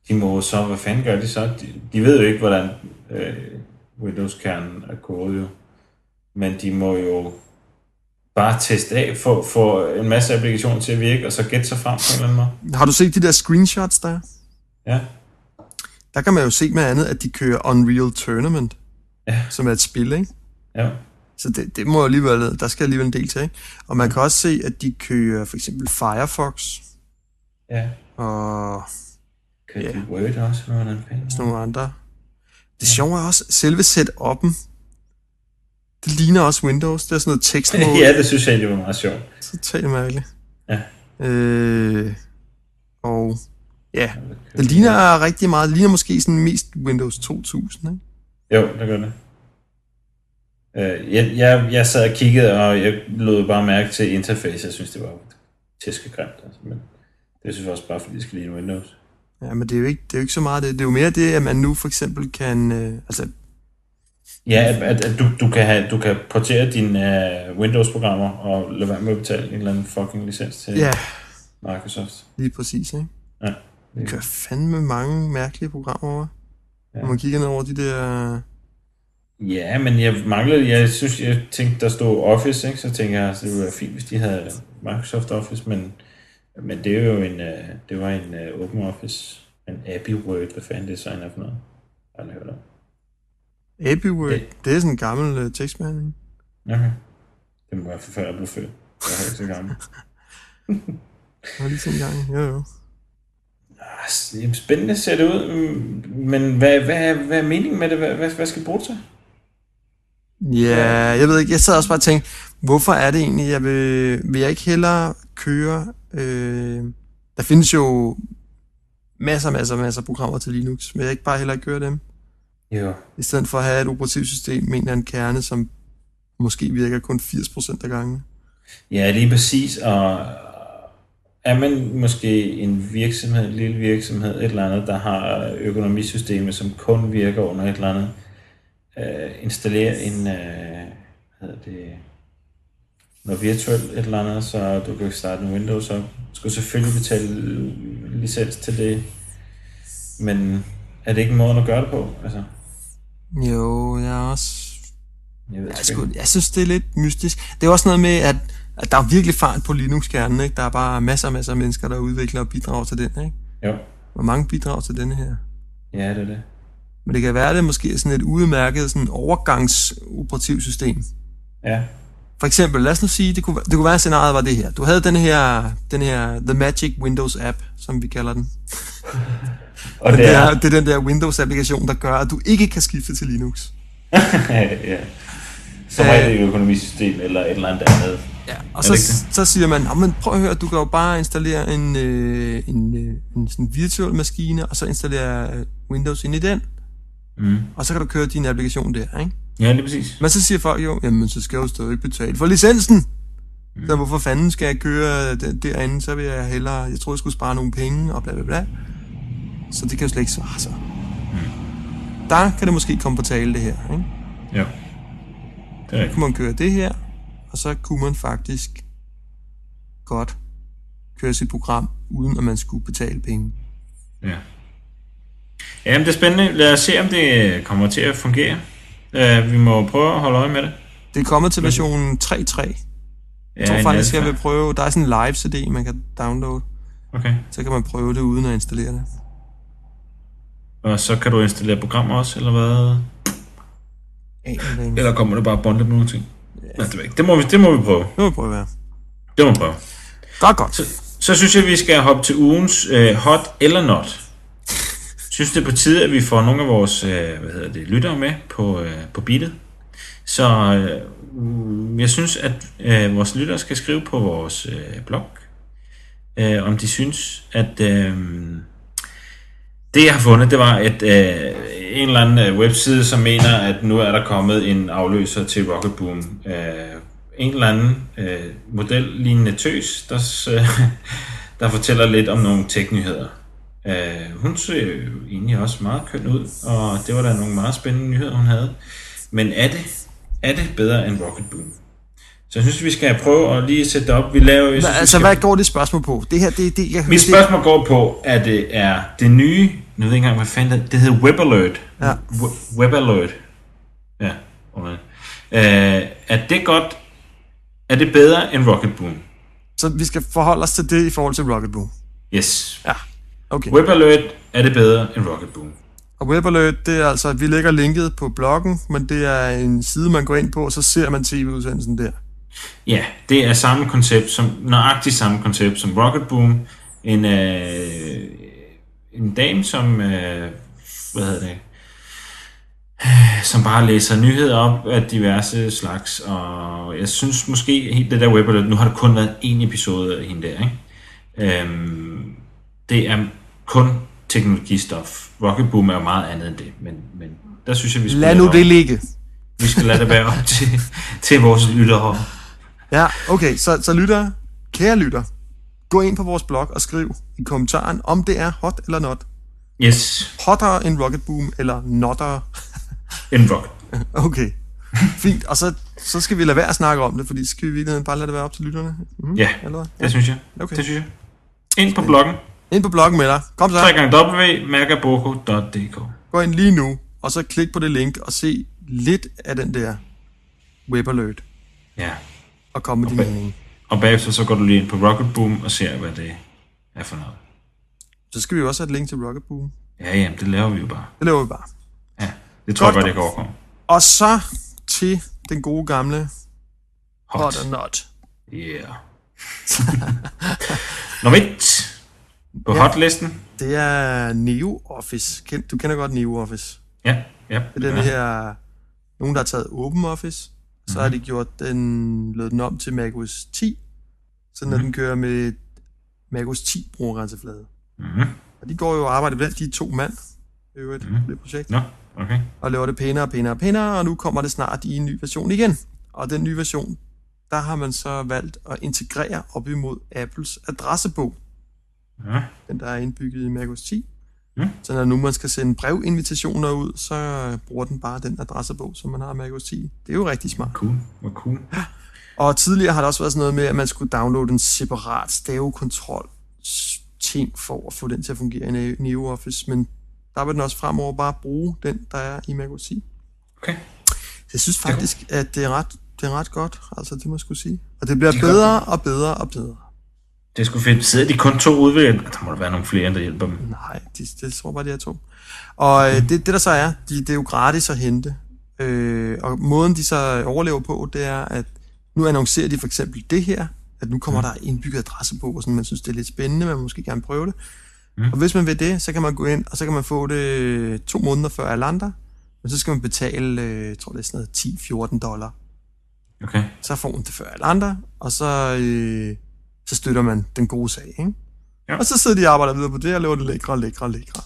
De må så, hvad fanden gør de så? De, de ved jo ikke, hvordan øh, Windows-kernen er kodet jo. Men de må jo bare teste af, få, få en masse applikationer til at virke, og så gætte sig frem på en eller anden måde. Har du set de der screenshots der? er? Ja. Der kan man jo se med andet, at de kører Unreal Tournament, Ja. som er et spil, ikke? Ja. Så det, det må alligevel, der skal alligevel en del til, ikke? Og man kan også se, at de kører for eksempel Firefox Ja. og Kan Ja. yeah. de Word også, eller hvordan fanden? sådan nogle andre. Det sjove er også, at selve setup'en, det ligner også Windows. Det er sådan noget tekstmål. ja, det synes jeg egentlig var meget sjovt. Totalt mærkeligt. Ja. Øh, og ja, det ligner rigtig meget. Det ligner måske sådan mest Windows 2000, ikke? Jo, det gør det. Øh, jeg, jeg, jeg sad og kiggede, og jeg lod bare mærke til interface. Jeg synes, det var tæskegrimt. Altså, men det synes jeg også bare, fordi det skal ligne Windows. Ja, men det er jo ikke, det er jo ikke så meget det. Det er jo mere det, at man nu for eksempel kan... Øh, altså, Ja, at, at, at du, du, kan have, du kan portere dine uh, Windows-programmer og lade være med at betale en eller anden fucking licens til ja, Microsoft. lige præcis, ikke? Ja. Man kører fandme mange mærkelige programmer over. Ja. Ja. Når man kigger ned over de der... øh, Ja, men jeg manglede, jeg synes, jeg tænkte, der stod Office, ikke? så tænkte jeg, at det ville være fint, hvis de havde Microsoft Office, men, men det er jo en, øh, det var en øh, Open Office, en Abbey Word, hvad fanden det så er for noget? Jeg har aldrig hørt om. AppyWord, Ja. øh, det er sådan en gammel uh, tekstbehandling. Okay. Det må være for før jeg blev født. Jeg er ikke så gammel. Jeg har lige sådan en gang. Jo, jo. Ah, s- Spændende ser det ud, mm, men hvad, hvad, hvad er meningen med det? Hvad, hvad, hvad skal det bruges til? Ja, jeg ved ikke. Jeg sad også bare og tænkte, hvorfor er det egentlig, jeg vil, vil jeg ikke hellere køre... Øh, der findes jo masser, masser, masser af programmer til Linux. Vil jeg ikke bare hellere køre dem? Jo. I stedet for at have et operativsystem med en eller anden kerne, som måske virker kun 80% af gangen. Ja, lige præcis. Og er man måske en virksomhed, en lille virksomhed, et eller andet, der har økonomisystemet, som kun virker under et eller andet, øh, installere en, øh, hvad hedder det, noget virtuelt et eller andet, så du kan starte en Windows op. Du skal selvfølgelig betale licens til det. Men er det ikke en måde at gøre det på? Altså, Jo, jeg er også... jeg ved Jeg, er sgu sgu, jeg synes, det er lidt mystisk. Det er også noget med, at, at der er virkelig fart på Linux-kernen, ikke? Der er bare masser og masser af mennesker, der udvikler og bidrager til den, ikke? Jo, Hvor mange bidrager til denne her? ja, det er det. Men det kan være, at det måske er sådan et udmærket sådan overgangsoperativsystem. Ja, For eksempel, lad os nu sige, det kunne, det kunne være, at scenariet var det her. Du havde den her, den her The Magic Windows App, som vi kalder den. og Den det er... der, det er den der Windows-applikation, der gør, at du ikke kan skifte til Linux. ja. Som Øh. er det et økonomisystem eller et eller andet andet. Ja, og Er det så, så siger man, "Nå, men prøv at høre, du kan jo bare installere en, øh, en, øh, en sådan virtuel maskine, og så installere øh, Windows ind i den, Mm. og så kan du køre din applikation der, ikke? Ja, lige præcis. Men så siger folk jo, jamen så skal jeg jo stadig betale for licensen. Mm. Så hvorfor fanden skal jeg køre den- derinde, så vil jeg hellere, jeg tror jeg skulle spare nogle penge og bla bla bla. Så det kan jo slet ikke svare sig. Mm. Der kan det måske komme på tale det her, ikke? Ja. Det er rigtigt. Kunne man køre det her, og så kunne man faktisk godt køre sit program, uden at man skulle betale penge. Ja. Jamen, det er spændende. Lad os se, om det kommer til at fungere. Uh, vi må prøve at holde øje med det. Det er kommet til version 3.3. Ja, Jeg tror en faktisk, jeg alfa. vil prøve, der er sådan en live CD, man kan downloade, Okay. så kan man prøve det uden at installere det. Og så kan du installere programmer også, eller hvad? Aner det ikke. Eller kommer det bare bundlet med nogle ting? Ja. Det, ved jeg ikke. det, må vi, det må vi prøve. Det må vi prøve at være. Det må vi prøve. Godt, godt. Så synes jeg, vi skal hoppe til ugens øh, hot eller not. synes, det er på tide, at vi får nogle af vores øh, hvad hedder det, lyttere med på, øh, på beatet. Så øh, jeg synes, at øh, vores lyttere skal skrive på vores øh, blog, øh, om de synes, at øh, det, jeg har fundet, det var et, øh, en eller anden øh, webside, som mener, at nu er der kommet en afløser til Rocket Boom. Øh, en eller anden øh, modellignende tøs, der, s- øh, der fortæller lidt om nogle teknyheder. Øh, hun ser jo egentlig også meget køn ud, og det var da nogle meget spændende nyheder, hun havde. Men er det, er det bedre end Rocket Boom? Så jeg synes, vi skal prøve at lige sætte det op. Vi laver, jeg Hva, synes, vi altså, skal- hvad går det spørgsmål på? Det her, det, det jeg hører, mit spørgsmål går på, at det er det nye, nu ved jeg ikke engang, hvad fanden det, er. det hedder Web Alert. Ja. We- Web Alert. Ja, alright. Øh, er det godt, er det bedre end Rocket Boom? det, så vi skal forholde os til det i forhold til Rocket Boom. Yes. Ja, okay. Web Alert, er det bedre end Rocket Boom? Og Web Alert, det er altså, vi lægger linket på bloggen, men det er en side, man går ind på, og så ser man tv-udsendelsen der. Ja, det er samme koncept, som, nøjagtigt samme koncept som Rocket Boom. En, øh, en dame, som, øh, hvad hedder det, øh, som bare læser nyheder op af diverse slags, og jeg synes måske, helt det der web, nu har det kun været en episode af hende der, ikke? Øhm, det er kun teknologistof. Rocket Boom er jo meget andet end det, men, men der synes jeg, vi skal, Lad nu lade det op, ligge. vi skal lade det være op til, til vores lyttere. Ja, okay, så, så lytter, kære lytter, gå ind på vores blog og skriv i kommentaren, om det er hot eller not. Yes, Hotter end Rocket Boom, eller notter. en rocket. Okay, fint. Og så, så skal vi lade være at snakke om det, fordi så skal vi i virkeligheden bare lade det være op til lytterne. Mm, Ja, Eller? hvad? det synes jeg. Okay. Det synes jeg. Ind på bloggen, Ind på bloggen med dig. Kom så. www.magaboko.dk Gå ind lige nu, og så klik på det link og se lidt af den der web alert Ja, og komme med din Okay. mening. og bagefter så går du lige ind på Rocket Boom og ser, hvad det er for noget. Så skal vi jo også have et link til Rocket Boom. Ja, jamen, det laver vi jo bare. Det laver vi bare. Ja, det tror jeg Godt. godt, jeg kan overkomme. Og så til den gode gamle Hot. hot or not. Yeah. Nummer et på ja. hotlisten. Det er Neo Office. Kend- Du kender godt Neo Office. Ja, ja. Det er den her, nogen der har taget Open Office, så har de gjort den, lavet den om til macOS 10, sådan at den kører med macOS 10 brugergrænseflade. Mm-hmm. Og de går jo og arbejder blandt de to mand, i øvrigt, mm. det projekt, Nå, okay. og laver det pænere og pænere og pænere, og nu kommer det snart i en ny version igen. Og den nye version, der har man så valgt at integrere op imod Apples adressebog, Ja. den der er indbygget i macOS 10. Mm. Så når nu man skal sende brevinvitationer ud, så bruger den bare den adressebog, som man har i macOS 10. Det er jo rigtig smart. Cool. Hvor cool. Og tidligere har der også været sådan noget med, at man skulle downloade en separat stavekontrol s- ting for at få den til at fungere i Neo Office, men der vil den også fremover bare bruge den, der er i Mac OS X. Okay. Jeg synes faktisk, ja. at det er, ret, det er ret godt, altså det må jeg skulle sige. Og det bliver det bedre godt. og bedre og bedre. Det skulle fedt. Sidder de kun to udviklere? Der må der være nogle flere, der hjælper dem. Nej, det, det tror bare, de er to. Og øh, det, det der så er, de, det er jo gratis at hente. Øh, og måden, de så overlever på, det er, at nu annoncerer de for eksempel det her, at nu kommer mm. der indbygget adresse på, og sådan, man synes, det er lidt spændende, man måske gerne prøve det. Mm. Og hvis man vil det, så kan man gå ind, og så kan man få det to måneder før alle andre, men så skal man betale, øh, jeg tror det er sådan noget 10-14 dollar. Okay. Så får man det før alle andre, og så, øh, så støtter man den gode sag, ikke? Ja. Og så sidder de og arbejder videre på det, og laver det lækre og lækre og lækre.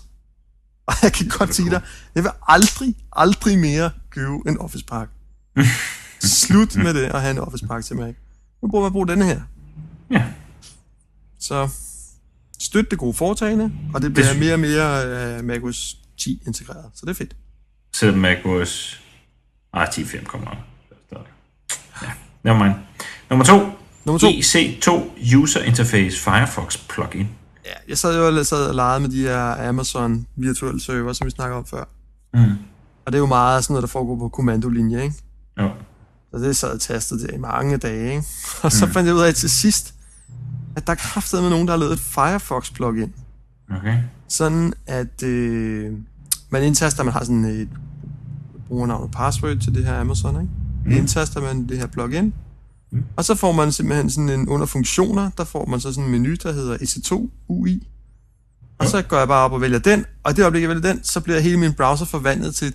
Og jeg kan godt sige cool. dig, jeg vil aldrig, aldrig mere købe en Office Park. Slut med det at have en Office Park til mig. Nu bruger man at bruge denne her. Ja. Så støt det gode foretagende, og det bliver det mere og mere uh, MacOS 10 integreret, så det er fedt. Selvom MacOS R10.5 kommer op. Ja, nevermind. Nummer to. Nummer to. EC2 User Interface Firefox Plugin. Ja, jeg sad jo og, sad og legede med de her Amazon virtuelle server, som vi snakkede om før. Mm. Og det er jo meget sådan noget, der foregår på kommandolinje, ikke? Jo. Så det sad jeg tastet der i mange dage, ikke? Og så mm. fandt jeg ud af til sidst, at der er med nogen, der har lavet et Firefox-plugin. Okay. Sådan at øh, man indtaster, man har sådan et brugernavn og password til det her Amazon, ikke? Mm. Indtaster man det her plugin, mm. og så får man simpelthen sådan en under funktioner, der får man så sådan en menu, der hedder E EC2 UI. Og ja. så går jeg bare op og vælger den, og i det øjeblik, jeg vælger den, så bliver hele min browser forvandlet til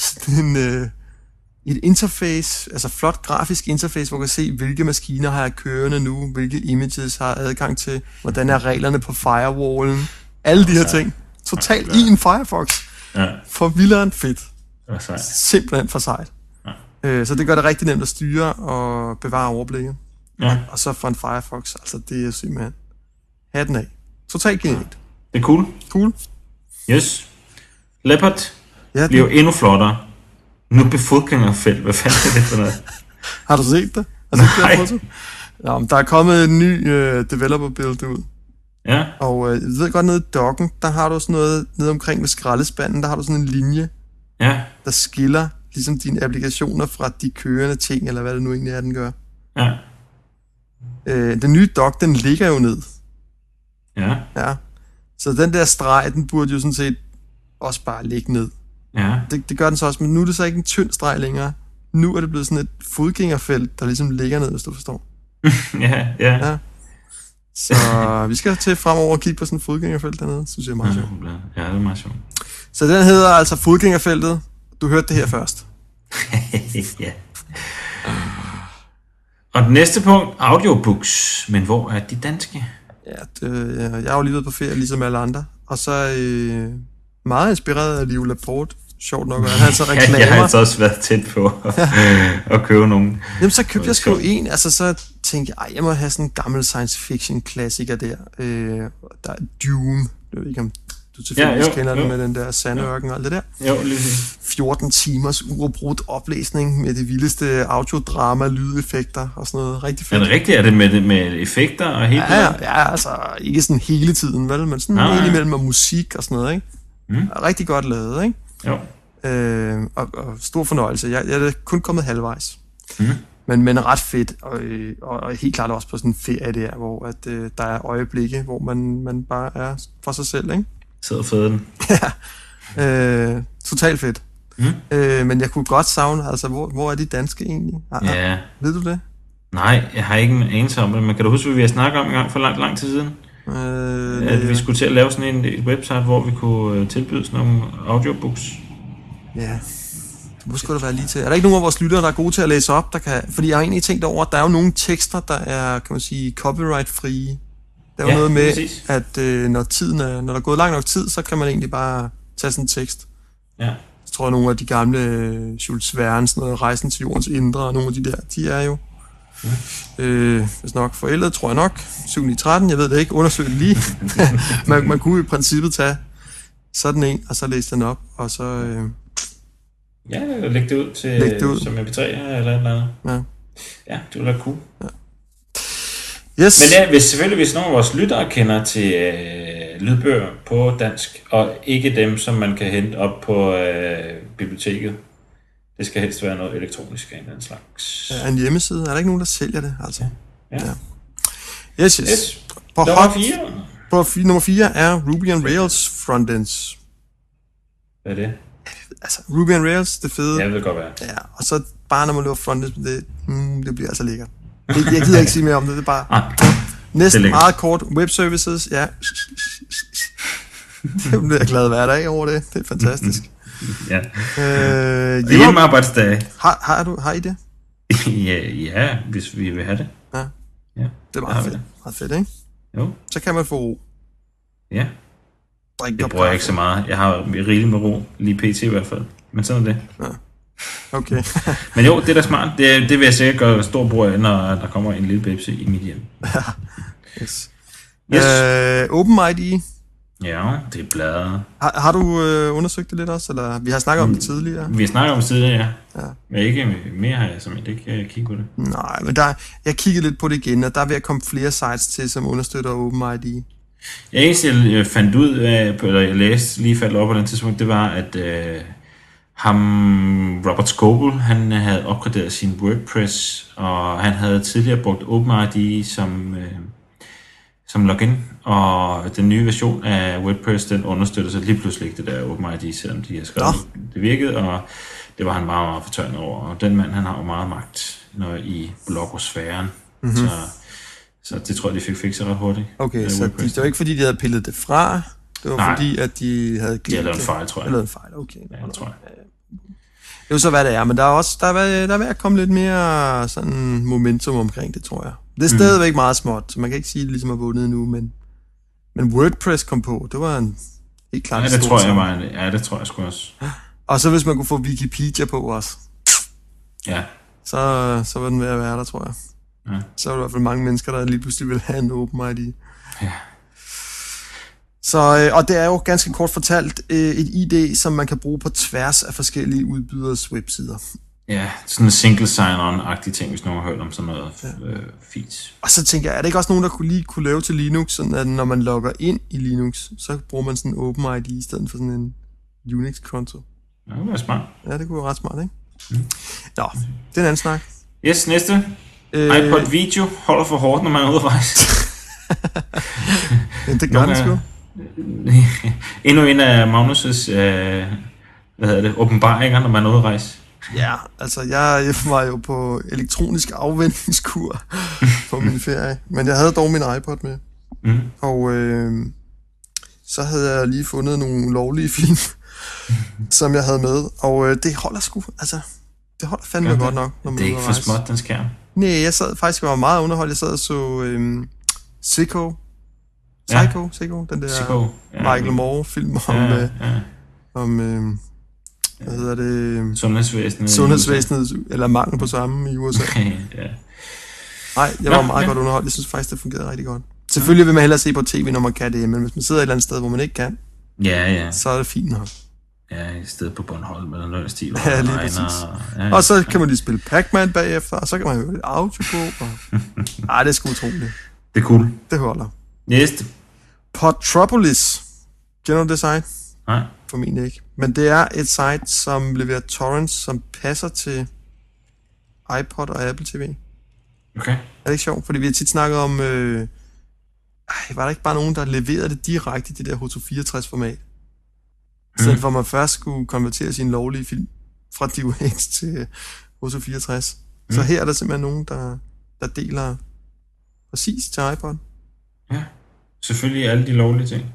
sådan en... Øh, et interface, altså flot grafisk interface, hvor man kan se, hvilke maskiner har jeg kørende nu, hvilke images har jeg adgang til, hvordan er reglerne på firewallen, alle de her ting. Totalt i en Firefox. Ja. For vilderen fedt. Simpelthen for sejt. Ja. Så det gør det rigtig nemt at styre og bevare overblikket. Ja. Og så for en Firefox, altså det er simpelthen hatten af. Totalt genialt. Det er cool. Cool. Yes. Leopard ja, det... bliver endnu flottere. Nu befodgængerfelt, hvad fanden er det for noget? har du set det? Har du Nej. Set det Nå, men der er kommet en ny øh, developer build ud. Ja. Og øh, jeg ved godt, nede i dokken, der har du sådan noget, nede omkring ved skraldespanden, der har du sådan en linje, ja. der skiller ligesom dine applikationer fra de kørende ting, eller hvad det nu egentlig er, den gør. Ja. Øh, den nye dok, den ligger jo ned. Ja. Ja. Så den der streg, den burde jo sådan set også bare ligge ned. Ja. Det, det gør den så også, men nu er det så ikke en tynd streg længere. Nu er det blevet sådan et fodgængerfelt, der ligesom ligger ned, hvis du forstår. ja, ja, ja. Så vi skal til fremover og kigge på sådan et fodgængerfelt dernede, synes jeg er meget sjovt. Ja, det er meget sjovt. Så den hedder altså fodgængerfeltet. Du hørte det her først. ja. Og det næste punkt, audiobooks. Men hvor er de danske? Ja, det, ja jeg er jo lige på ferie, ligesom alle andre. Og så øh, meget inspireret af Liv Laporte, sjovt nok, og han har altså reklamer. jeg har altså også været tæt på at, at købe nogle. Jamen, så købte jeg sgu en, altså så tænkte jeg, jeg må have sådan en gammel science fiction klassiker der. Øh, der er Dune, jeg ved ikke om du tilfældigvis ja, jo, kender jo. den med den der sandørken og alt det der. Jo, lige 14 timers uafbrudt oplæsning med det vildeste audiodrama, lydeffekter og sådan noget. Rigtig fedt. Er det rigtigt? Er det med, med effekter og hele ja, ja, ja, altså ikke sådan hele tiden, vel? Men sådan Nå, ja. imellem og musik og sådan noget, ikke? Mm. Rigtig godt lavet, ikke? Jo. Øh, og, og stor fornøjelse. Jeg, jeg er kun kommet halvvejs. Mm. Men, men ret fedt, og, øh, og, og helt klart også på sådan en ferie der, hvor at, øh, der er øjeblikke, hvor man, man bare er for sig selv, ikke? Sidder fede den. ja, øh, totalt fedt. Mm. Øh, men jeg kunne godt savne, altså, hvor, hvor er de danske egentlig? Ah, Ja. Yeah. Ved du det? Nej, jeg har ikke en anelse om det, men kan du huske, hvad vi har snakket om en gang for langt, lang tid siden? Øh, at vi skulle til at lave sådan en, et website, hvor vi kunne øh, tilbyde sådan nogle audiobooks. Ja, det måske der være lige til. Er der ikke nogen af vores lyttere, der er gode til at læse op? Der kan, fordi jeg har egentlig tænkt over, at der er jo nogle tekster, der er, kan man sige, copyright-frie. Der er jo ja, noget med, præcis. at øh, når, tiden er, når der er gået lang nok tid, så kan man egentlig bare tage sådan en tekst. Ja. Jeg tror, at nogle af de gamle Jules Verne, sådan noget, Rejsen til jordens indre, og nogle af de der, de er jo Mm. Øh, hvis nok forældet, tror jeg nok. 7 13, jeg ved det ikke. Undersøg det lige. man, man kunne i princippet tage sådan en, og så læse den op, og så... Øh, ja, eller lægge det ud til, læg det ud. som mp 3 eller et eller andet. Ja. ja, det ville være cool. Ja. Yes. Men ja, hvis, selvfølgelig, hvis nogen af vores lyttere kender til øh, lydbøger på dansk, og ikke dem, som man kan hente op på øh, biblioteket, det skal helst være noget elektronisk af en eller anden slags. Ja, en hjemmeside. Er der ikke nogen, der sælger det? Altså? Ja. ja. Yes, yes. yes. På nummer hot, 4. På f- nummer 4 er Ruby on Rails frontends. Hvad er det? Altså, Ruby on Rails, det fede. Ja, det vil godt være. Ja, og så bare når man løber frontends med det, mm, det bliver altså lækkert. Det, jeg gider ikke sige mere om det, det er bare... Ah, Næsten lækkert. meget kort web services, ja. det bliver jeg glad hver dag over det. Det er fantastisk. ja. Øh, Mm-hmm. Og jo, Hjemmearbejdsdage. har, har, du, har I det? ja, ja, hvis vi vil have det. Ja. Ja, Det er har meget vi fedt. Meget fedt, ikke? Jo, Så kan man få ro. ja. Drikke Det bruger jeg ikke så meget. Jeg har rigeligt med ro, lige pt i hvert fald. Men sådan er det. Okay. Men jo, det er da smart. Det, det vil jeg sikkert gøre stor brug af, når der kommer en lille babse i mit hjem. yes. Yes. Øh, OpenID, Ja, det er bladet. har, har du øh, undersøgt det lidt også? Eller? Vi har snakket om det tidligere. Vi har snakket om det tidligere, ja. Ja. Men ikke mere har jeg simpelthen ikke øh, kigget på det. Nej, men der, jeg kiggede lidt på det igen, og der er ved at komme flere sites til, som understøtter OpenID. Jeg eneste, jeg øh, fandt ud af, på- eller jeg læste lige faldt over på den tidspunkt, det var, at øh, ham, Robert Scoble, han øh, havde opgraderet sin WordPress, og han havde tidligere brugt OpenID som, øh, som login, og den nye version af WordPress, den understøtter så lige pludselig ikke det der OpenID, selvom de har skrevet, Nå. det virkede, og det var han meget, meget fortørnet over. Og den mand, han har jo meget magt når i blogosfæren, mm-hmm. så, så det tror jeg, de fik fikset ret hurtigt. Mhm. Okay, øh, så de, WordPress. det var ikke fordi, de havde pillet det fra. Det var Nej. fordi, at de havde glemt De har lavet en det. fejl, tror De har jeg. lavet en fejl, okay. Ja, jeg tror jeg. Det er jo så, hvad det er, men der er også der er, ved- der er ved at komme lidt mere sådan momentum omkring det, tror jeg. Det Mm. er stadigvæk meget småt, så man kan ikke sige, at det ligesom er vundet endnu, men, men WordPress kom på, det var en helt klart Ja, en det stor tror jeg sejr. var en, Ja, det tror jeg sgu også. Og så hvis man kunne få Wikipedia på også, Ja. så, så var den ved at være der, tror jeg. Ja. Så var der i hvert fald mange mennesker, der lige pludselig ville have en open ID. Ja. Så, øh, og det er jo ganske kort fortalt øh, et ID, som man kan bruge på tværs af forskellige udbyderes websider. Ja, sådan en single sign-on-agtig ting, hvis nogen har hørt om sådan noget ja. øh, fis. Og så tænker jeg, er der ikke også nogen, der kunne lige kunne lave til Linux, sådan at når man logger ind i Linux, så bruger man sådan en OpenID i stedet for sådan en Unix-konto. Ja, det var smart. Ja, det kunne være ret smart, ikke? Mm. Nå, det er en anden snak. Yes, næste. Øh, Øh, iPod Video holder for hårdt, når man er ude at rejse. ja, det gør nogle den sgu. af- Endnu en af Magnus' øh, hvad hedder det, åbenbaringer, når man er ude at rejse. Ja, altså jeg var jo på elektronisk afvendingskur på min ferie, men jeg havde dog min iPod med. Mm. Og øh, så havde jeg lige fundet nogle lovlige film, som jeg havde med, og øh, det holder sgu, altså det holder fandme Gør det? godt nok, når man Det er ude ikke at for rejse. småt, den skærm. Nej, jeg sad faktisk og var meget underholdt. Jeg sad og så øhm, Sicko. Ja. Psycho, ja. Sicko, den der Psycho. Ja. Michael Moore-film om, Ja, øh, ja. om øhm, hvad hedder det, Sundhedsvæsenet. sundhedsvæsenet, eller mangel på samme i USA. ja. Nej, Nå, jeg var meget ja. godt underholdt. Jeg synes faktisk, det fungerede rigtig godt. Selvfølgelig vil man hellere se på tv, når man kan det, men hvis man sidder et eller andet sted, hvor man ikke kan, ja, ja. så er det fint nok. Ja, i stedet på Bornholm eller noget i stil. hvor Ja, det lige regner, præcis. og- Ja, Og så kan man lige spille Pac-Man bagefter, og så kan man høre lidt audio på. Og... Ej, det er sgu utroligt. Det er cool. Det holder. Næste. Potropolis. Kender du det site? Nej. Formentlig ikke. Men det er et site, som leverer torrents, som passer til iPod og Apple TV. Er Okay. det ikke sjovt? Fordi vi har tit snakket om... Øh, ej, var der ikke bare nogen, der leverede det direkte i det der H264-format? I Mm. stedet for, at man først skulle konvertere sine lovlige film fra DivX til øh, H264. Så Mm. her er der simpelthen nogen, der, der deler præcis til iPod. Ja. Selvfølgelig alle de lovlige ting.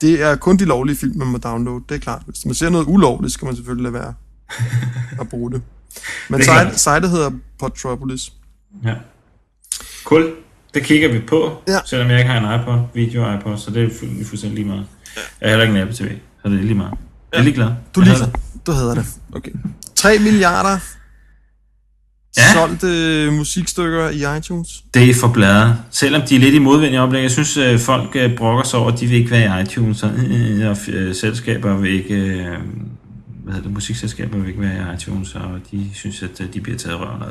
det er kun de lovlige film, man må downloade, det er klart. Hvis man ser noget ulovligt, skal man selvfølgelig lade være at bruge det. Men Det er klart. site- sitet hedder Potropolis. Ja. Cool. Det kigger vi på, Ja. selvom jeg ikke har en iPod, video iPod, så det er fu- fuldstændig lige meget. Jeg har heller ikke en Apple TV, så det er lige meget. Jeg er ligeglad. Du Jeg ligner, havde- du hedder det. Okay. 3 milliarder Ja. ja. solgte musikstykker i iTunes. Det er for bladet. Selvom de er lidt i modvind i oplæg, jeg synes, øh, folk øh, brokker sig over, at de vil ikke være i iTunes, og, øh, øh, og øh, selskaber vil ikke... øh, Hvad hedder det? Musikselskaber vil ikke være i iTunes, og de synes, at øh, de bliver taget røven af.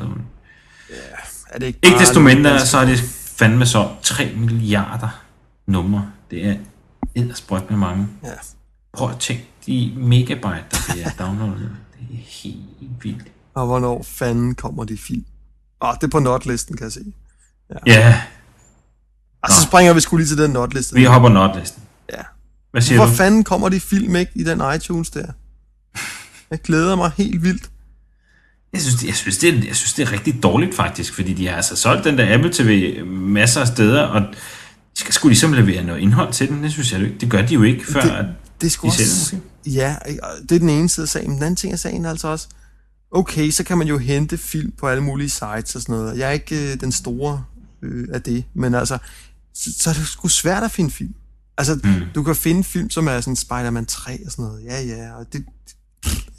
Er det ikke, Ikke bare desto nogle mindre, altså. danske- så er det fandme så 3 milliarder numre. Det er eddersprøjt med mange. Ja. Prøv at tænke de megabyte, der bliver downloadet. Det er helt vildt. Og hvornår fanden kommer de film? Åh, det er på notlisten, kan jeg se. Ja, Og så Nå. springer vi skulle lige til den notliste. vi hopper notlisten. Ja. Hvad siger Hvor du? fanden kommer de film ikke i den iTunes der? Jeg glæder mig helt vildt. Jeg synes, det, jeg, synes, det, er- jeg synes, det er rigtig dårligt faktisk, fordi de har altså solgt den der Apple TV masser af steder, og de skal skulle ligesom levere noget indhold til den. Det synes jeg, jo ikke- det gør de jo ikke, før det, Det skulle de sælger også... måske. Ja, ikke? Og det er den ene side af sagen. Men den anden ting af sagen er altså også, okay, så kan man jo hente film på alle mulige sites og sådan noget. Jeg er ikke øh, den store øh, af det, men altså, så, så er det sgu svært at finde film. Altså, mm. du kan finde film, som er sådan Spider-Man 3 og sådan noget. Ja, ja, og det,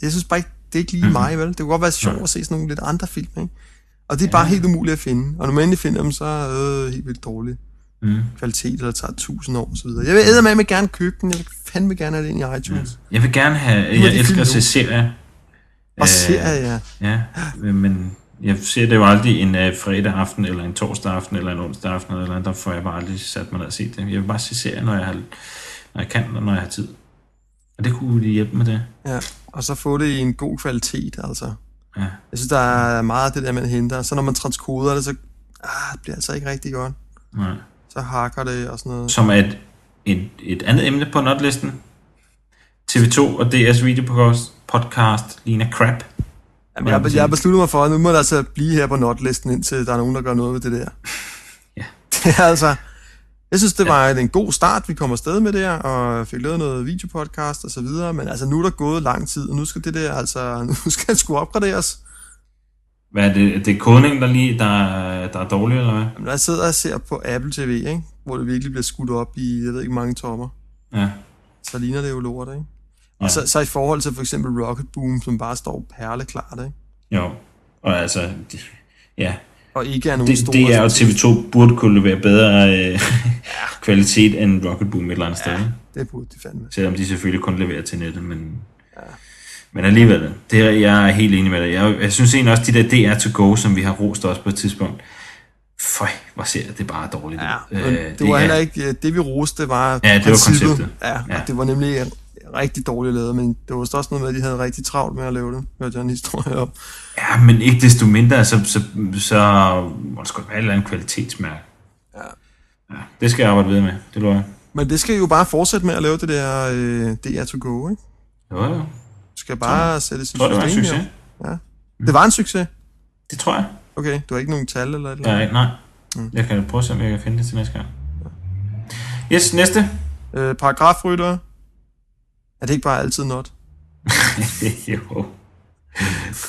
jeg synes bare ikke, det er ikke lige mm. mig, vel? Det kunne godt være sjovt at se sådan nogle lidt andre film, ikke? Og det er bare helt umuligt at finde. Og når man endelig finder dem, så er det øh, helt vildt dårlig Mm. kvalitet, der tager tusind år og så videre. Jeg vil eddermame gerne købe den. Jeg vil fandme gerne have den i iTunes. Jeg vil gerne have... må Jeg de elsker finde at se nu. serier. Og Øh, ser jeg. Ja, øh, men jeg ser det jo aldrig en øh, fredag aften, eller en torsdag aften, eller en onsdag aften, eller andet, der får jeg bare aldrig sat mig ned og set det. Jeg vil bare se serier, når jeg, har, når jeg kan, og når jeg har tid. Og det kunne de hjælpe med det. Ja. Og så få det i en god kvalitet, altså. Ja. Jeg synes, der er meget af det der, man henter. Så når man transkoder det, så ah, det bliver altså ikke rigtig godt. Nej. Så hakker det og sådan noget. Som er et, et, et andet emne på notlisten. TV2 og DR's videopodcast podcast ligner crap. Jamen, jeg, jeg har besluttet mig for, at nu må der altså blive her på notlisten, indtil der er nogen, der gør noget ved det der. Ja. Det er altså... Jeg synes, det var en god start, vi kom afsted med der, og fik lavet noget videopodcast og så videre, men altså nu er der gået lang tid, og nu skal det der, altså, nu skal det sgu opgraderes. Hvad er det? Er det er kodningen, der, lige, der, er- der er dårlig, eller hvad? Jamen, når jeg sidder og ser på Apple TV, ikke? hvor det virkelig bliver skudt op i, jeg ved ikke, mange tommer, Ja. så ligner det jo lort, ikke? Og Ja. så, så i forhold til for eksempel Rocket Boom, som bare står perleklart, ikke? Jo. Og altså, det, ja, Og ikke er nogen Det, store... det er jo TV2 burde kunne levere bedre øh, kvalitet end Rocket Boom et eller andet sted. ikke? Det burde de fandme. Selvom de selvfølgelig kun leverer til nettet, men, ja. men alligevel. Det er, jeg er helt enig med dig. Jeg, jeg synes egentlig også, de der DR to go, som vi har rost også på et tidspunkt, føj, hvor ser det bare dårligt Ja, ud. men det, det var heller ikke... øh, Det vi roste, det var Øh, Ja, det var princippet. konceptet. Ja, og Ja. det var nemlig øh, rigtig dårligt lavet, men det var vist også noget med, at de havde rigtig travlt med at lave det, hørte jeg en historie om. Ja, men ikke desto mindre, så, så, så må der sgu være et eller andet kvalitetsmærke. Ja. ja. Det skal jeg arbejde videre med, det lover jeg. Men det skal I jo bare fortsætte med at lave det der øh, DR to go, ikke? Jo, jo. Du skal bare sætte Jeg sit tror, det var en system her. succes. Det var en succes? Det tror jeg. Okay, du har ikke nogen tal eller et eller Der andet? er ikke, nej. Mm. Jeg kan prøve at se, om jeg kan finde det til næste gang. Yes, næste. Øh, paragrafrytter. Er det ikke bare altid not? jo.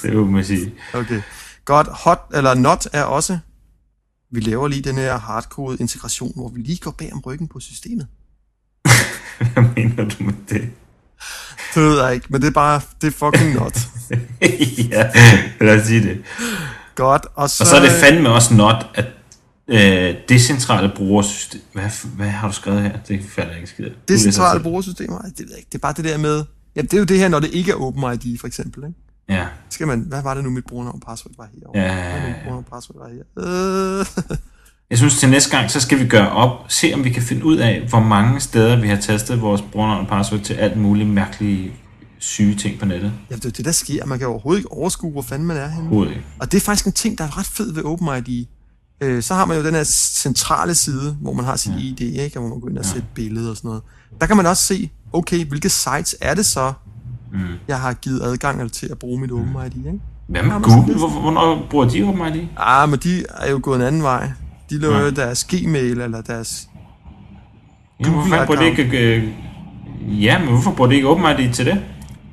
Det må man sige. Okay. Godt, hot eller not er også... Vi laver lige den her hardcode integration, hvor vi lige går bag om ryggen på systemet. Hvad mener du med det? Det ved jeg ikke, men det er bare, det er fucking not. ja, lad os sige det. Godt, og så... Og så er det fandme også not, at øh, decentrale brugersystem... Hvad, hvad har du skrevet her? Det falder ikke skidt. Decentrale brugersystemer, Ej, det ved jeg ikke, det er bare det der med... Ja, det er jo det her, når det ikke er OpenID, for eksempel, ikke? Ja, Skal man, hvad var det nu, mit brugernavn og password var herovre? ja, Hvad ja, var Mit ja. brugernavn og password var herovre. Øh. Jeg synes, til næste gang, så skal vi gøre op, se om vi kan finde ud af, hvor mange steder vi har tastet vores brugernavn og password til alt muligt mærkelige syge ting på nettet. Ja, det er jo det, der sker. Man kan overhovedet ikke overskue, hvor fanden man er henne. Overhovedet ikke. Og det er faktisk en ting, der er ret fed ved OpenID. Øh, så har man jo den her centrale side, hvor man har sin ja. ID, ikke? og hvor man går ind og sætter billeder og sådan noget. Der kan man også se, okay, hvilke sites er det så, mm. jeg har givet adgang til at bruge mit OpenID. Ikke? Hvad med Google? Hvor, hvornår bruger de OpenID? Ah, men de er jo gået en anden vej. De laver jo deres Gmail eller deres... Jamen, hvorfor bruger de ikke... Øh, ja, men hvorfor bruger de ikke OpenID til det?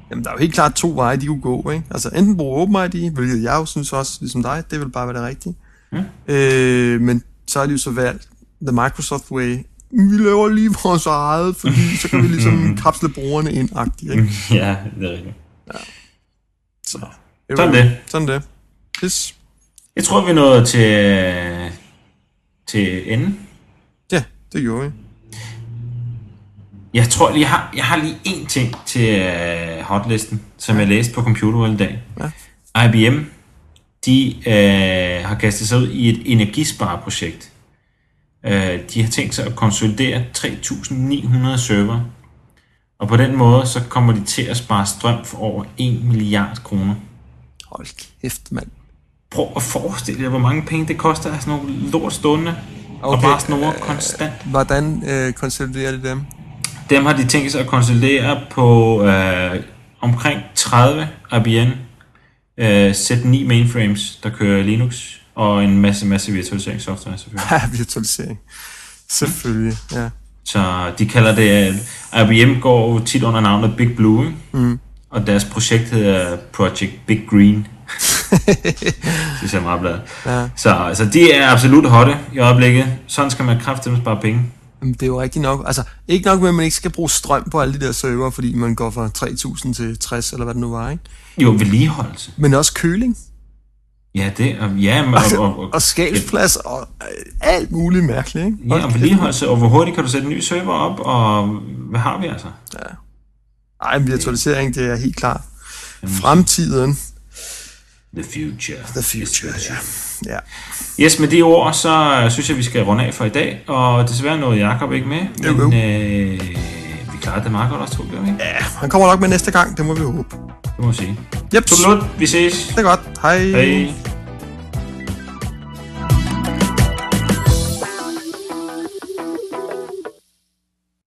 Jamen, der er jo helt klart to veje, de kunne gå. Ikke? Altså enten bruge OpenID, hvilket jeg jo synes også, ligesom dig, det vil bare være det rigtige. Ja. Øh, men så er det jo så valgt The Microsoft Way. Vi laver lige vores eget, fordi så kan vi ligesom kapsle brugerne ind agtigt, Mm. ikke? ja, det er rigtigt. Så. Sådan det. Sådan det. Yes. Jeg tror, vi nåede til, øh, til enden. Ja, det gjorde vi. Jeg tror lige, jeg har, jeg har lige én ting til øh, hotlisten, som jeg læste på computer i dag. Ja. IBM, de øh, har kastet sig ud i et energispareprojekt. Øh, de har tænkt sig at konsolidere 3.900 server, og på den måde så kommer de til at spare strøm for over 1 milliard kroner. Hold kæft, mand. Prøv at forestille jer, hvor mange penge det koster at have sådan nogle lort stående okay. og bare snore øh, konstant. Hvordan øh, konsoliderer de dem? Dem har de tænkt sig at konsolidere på øh, omkring 30 IBM øh, Z9 mainframes, der kører Linux, og en masse, masse virtualiseringssoftware selvfølgelig. Ja, virtualisering. Selvfølgelig, ja. Så de kalder det, IBM går tit under navnet Big Blue, ikke? Mm. og deres projekt hedder Project Big Green. det er meget bladet. Ja. Så, altså, de er absolut hotte i øjeblikket. Sådan skal man kraftedeme spare penge. Jamen, det er jo rigtigt nok. Altså, ikke nok med, at man ikke skal bruge strøm på alle de der server, fordi man går fra 3000 til 60, eller hvad det nu var, ikke? Jo, vedligeholdelse. Men også køling. Ja, det, og, ja, men, og, og, og, og skabsplads og øh, alt muligt mærkeligt, ikke? Hold ja, og vedligeholdelse, og hvor hurtigt kan du sætte en ny server op, og hvad har vi altså? Ja. Ej, virtualisering, det er helt klart. Fremtiden. The future. The future, ja. ja. Yes, med de ord, så øh, synes jeg, vi skal runde af for i dag, og desværre nåede Jacob ikke med, men jo, jo. Øh, vi klarede det meget godt også, tror jeg. Ja, han kommer nok med næste gang, det må vi håbe. Det må vi sige. Yep. Tudelut, vi ses. Det er godt. Hej. Hej.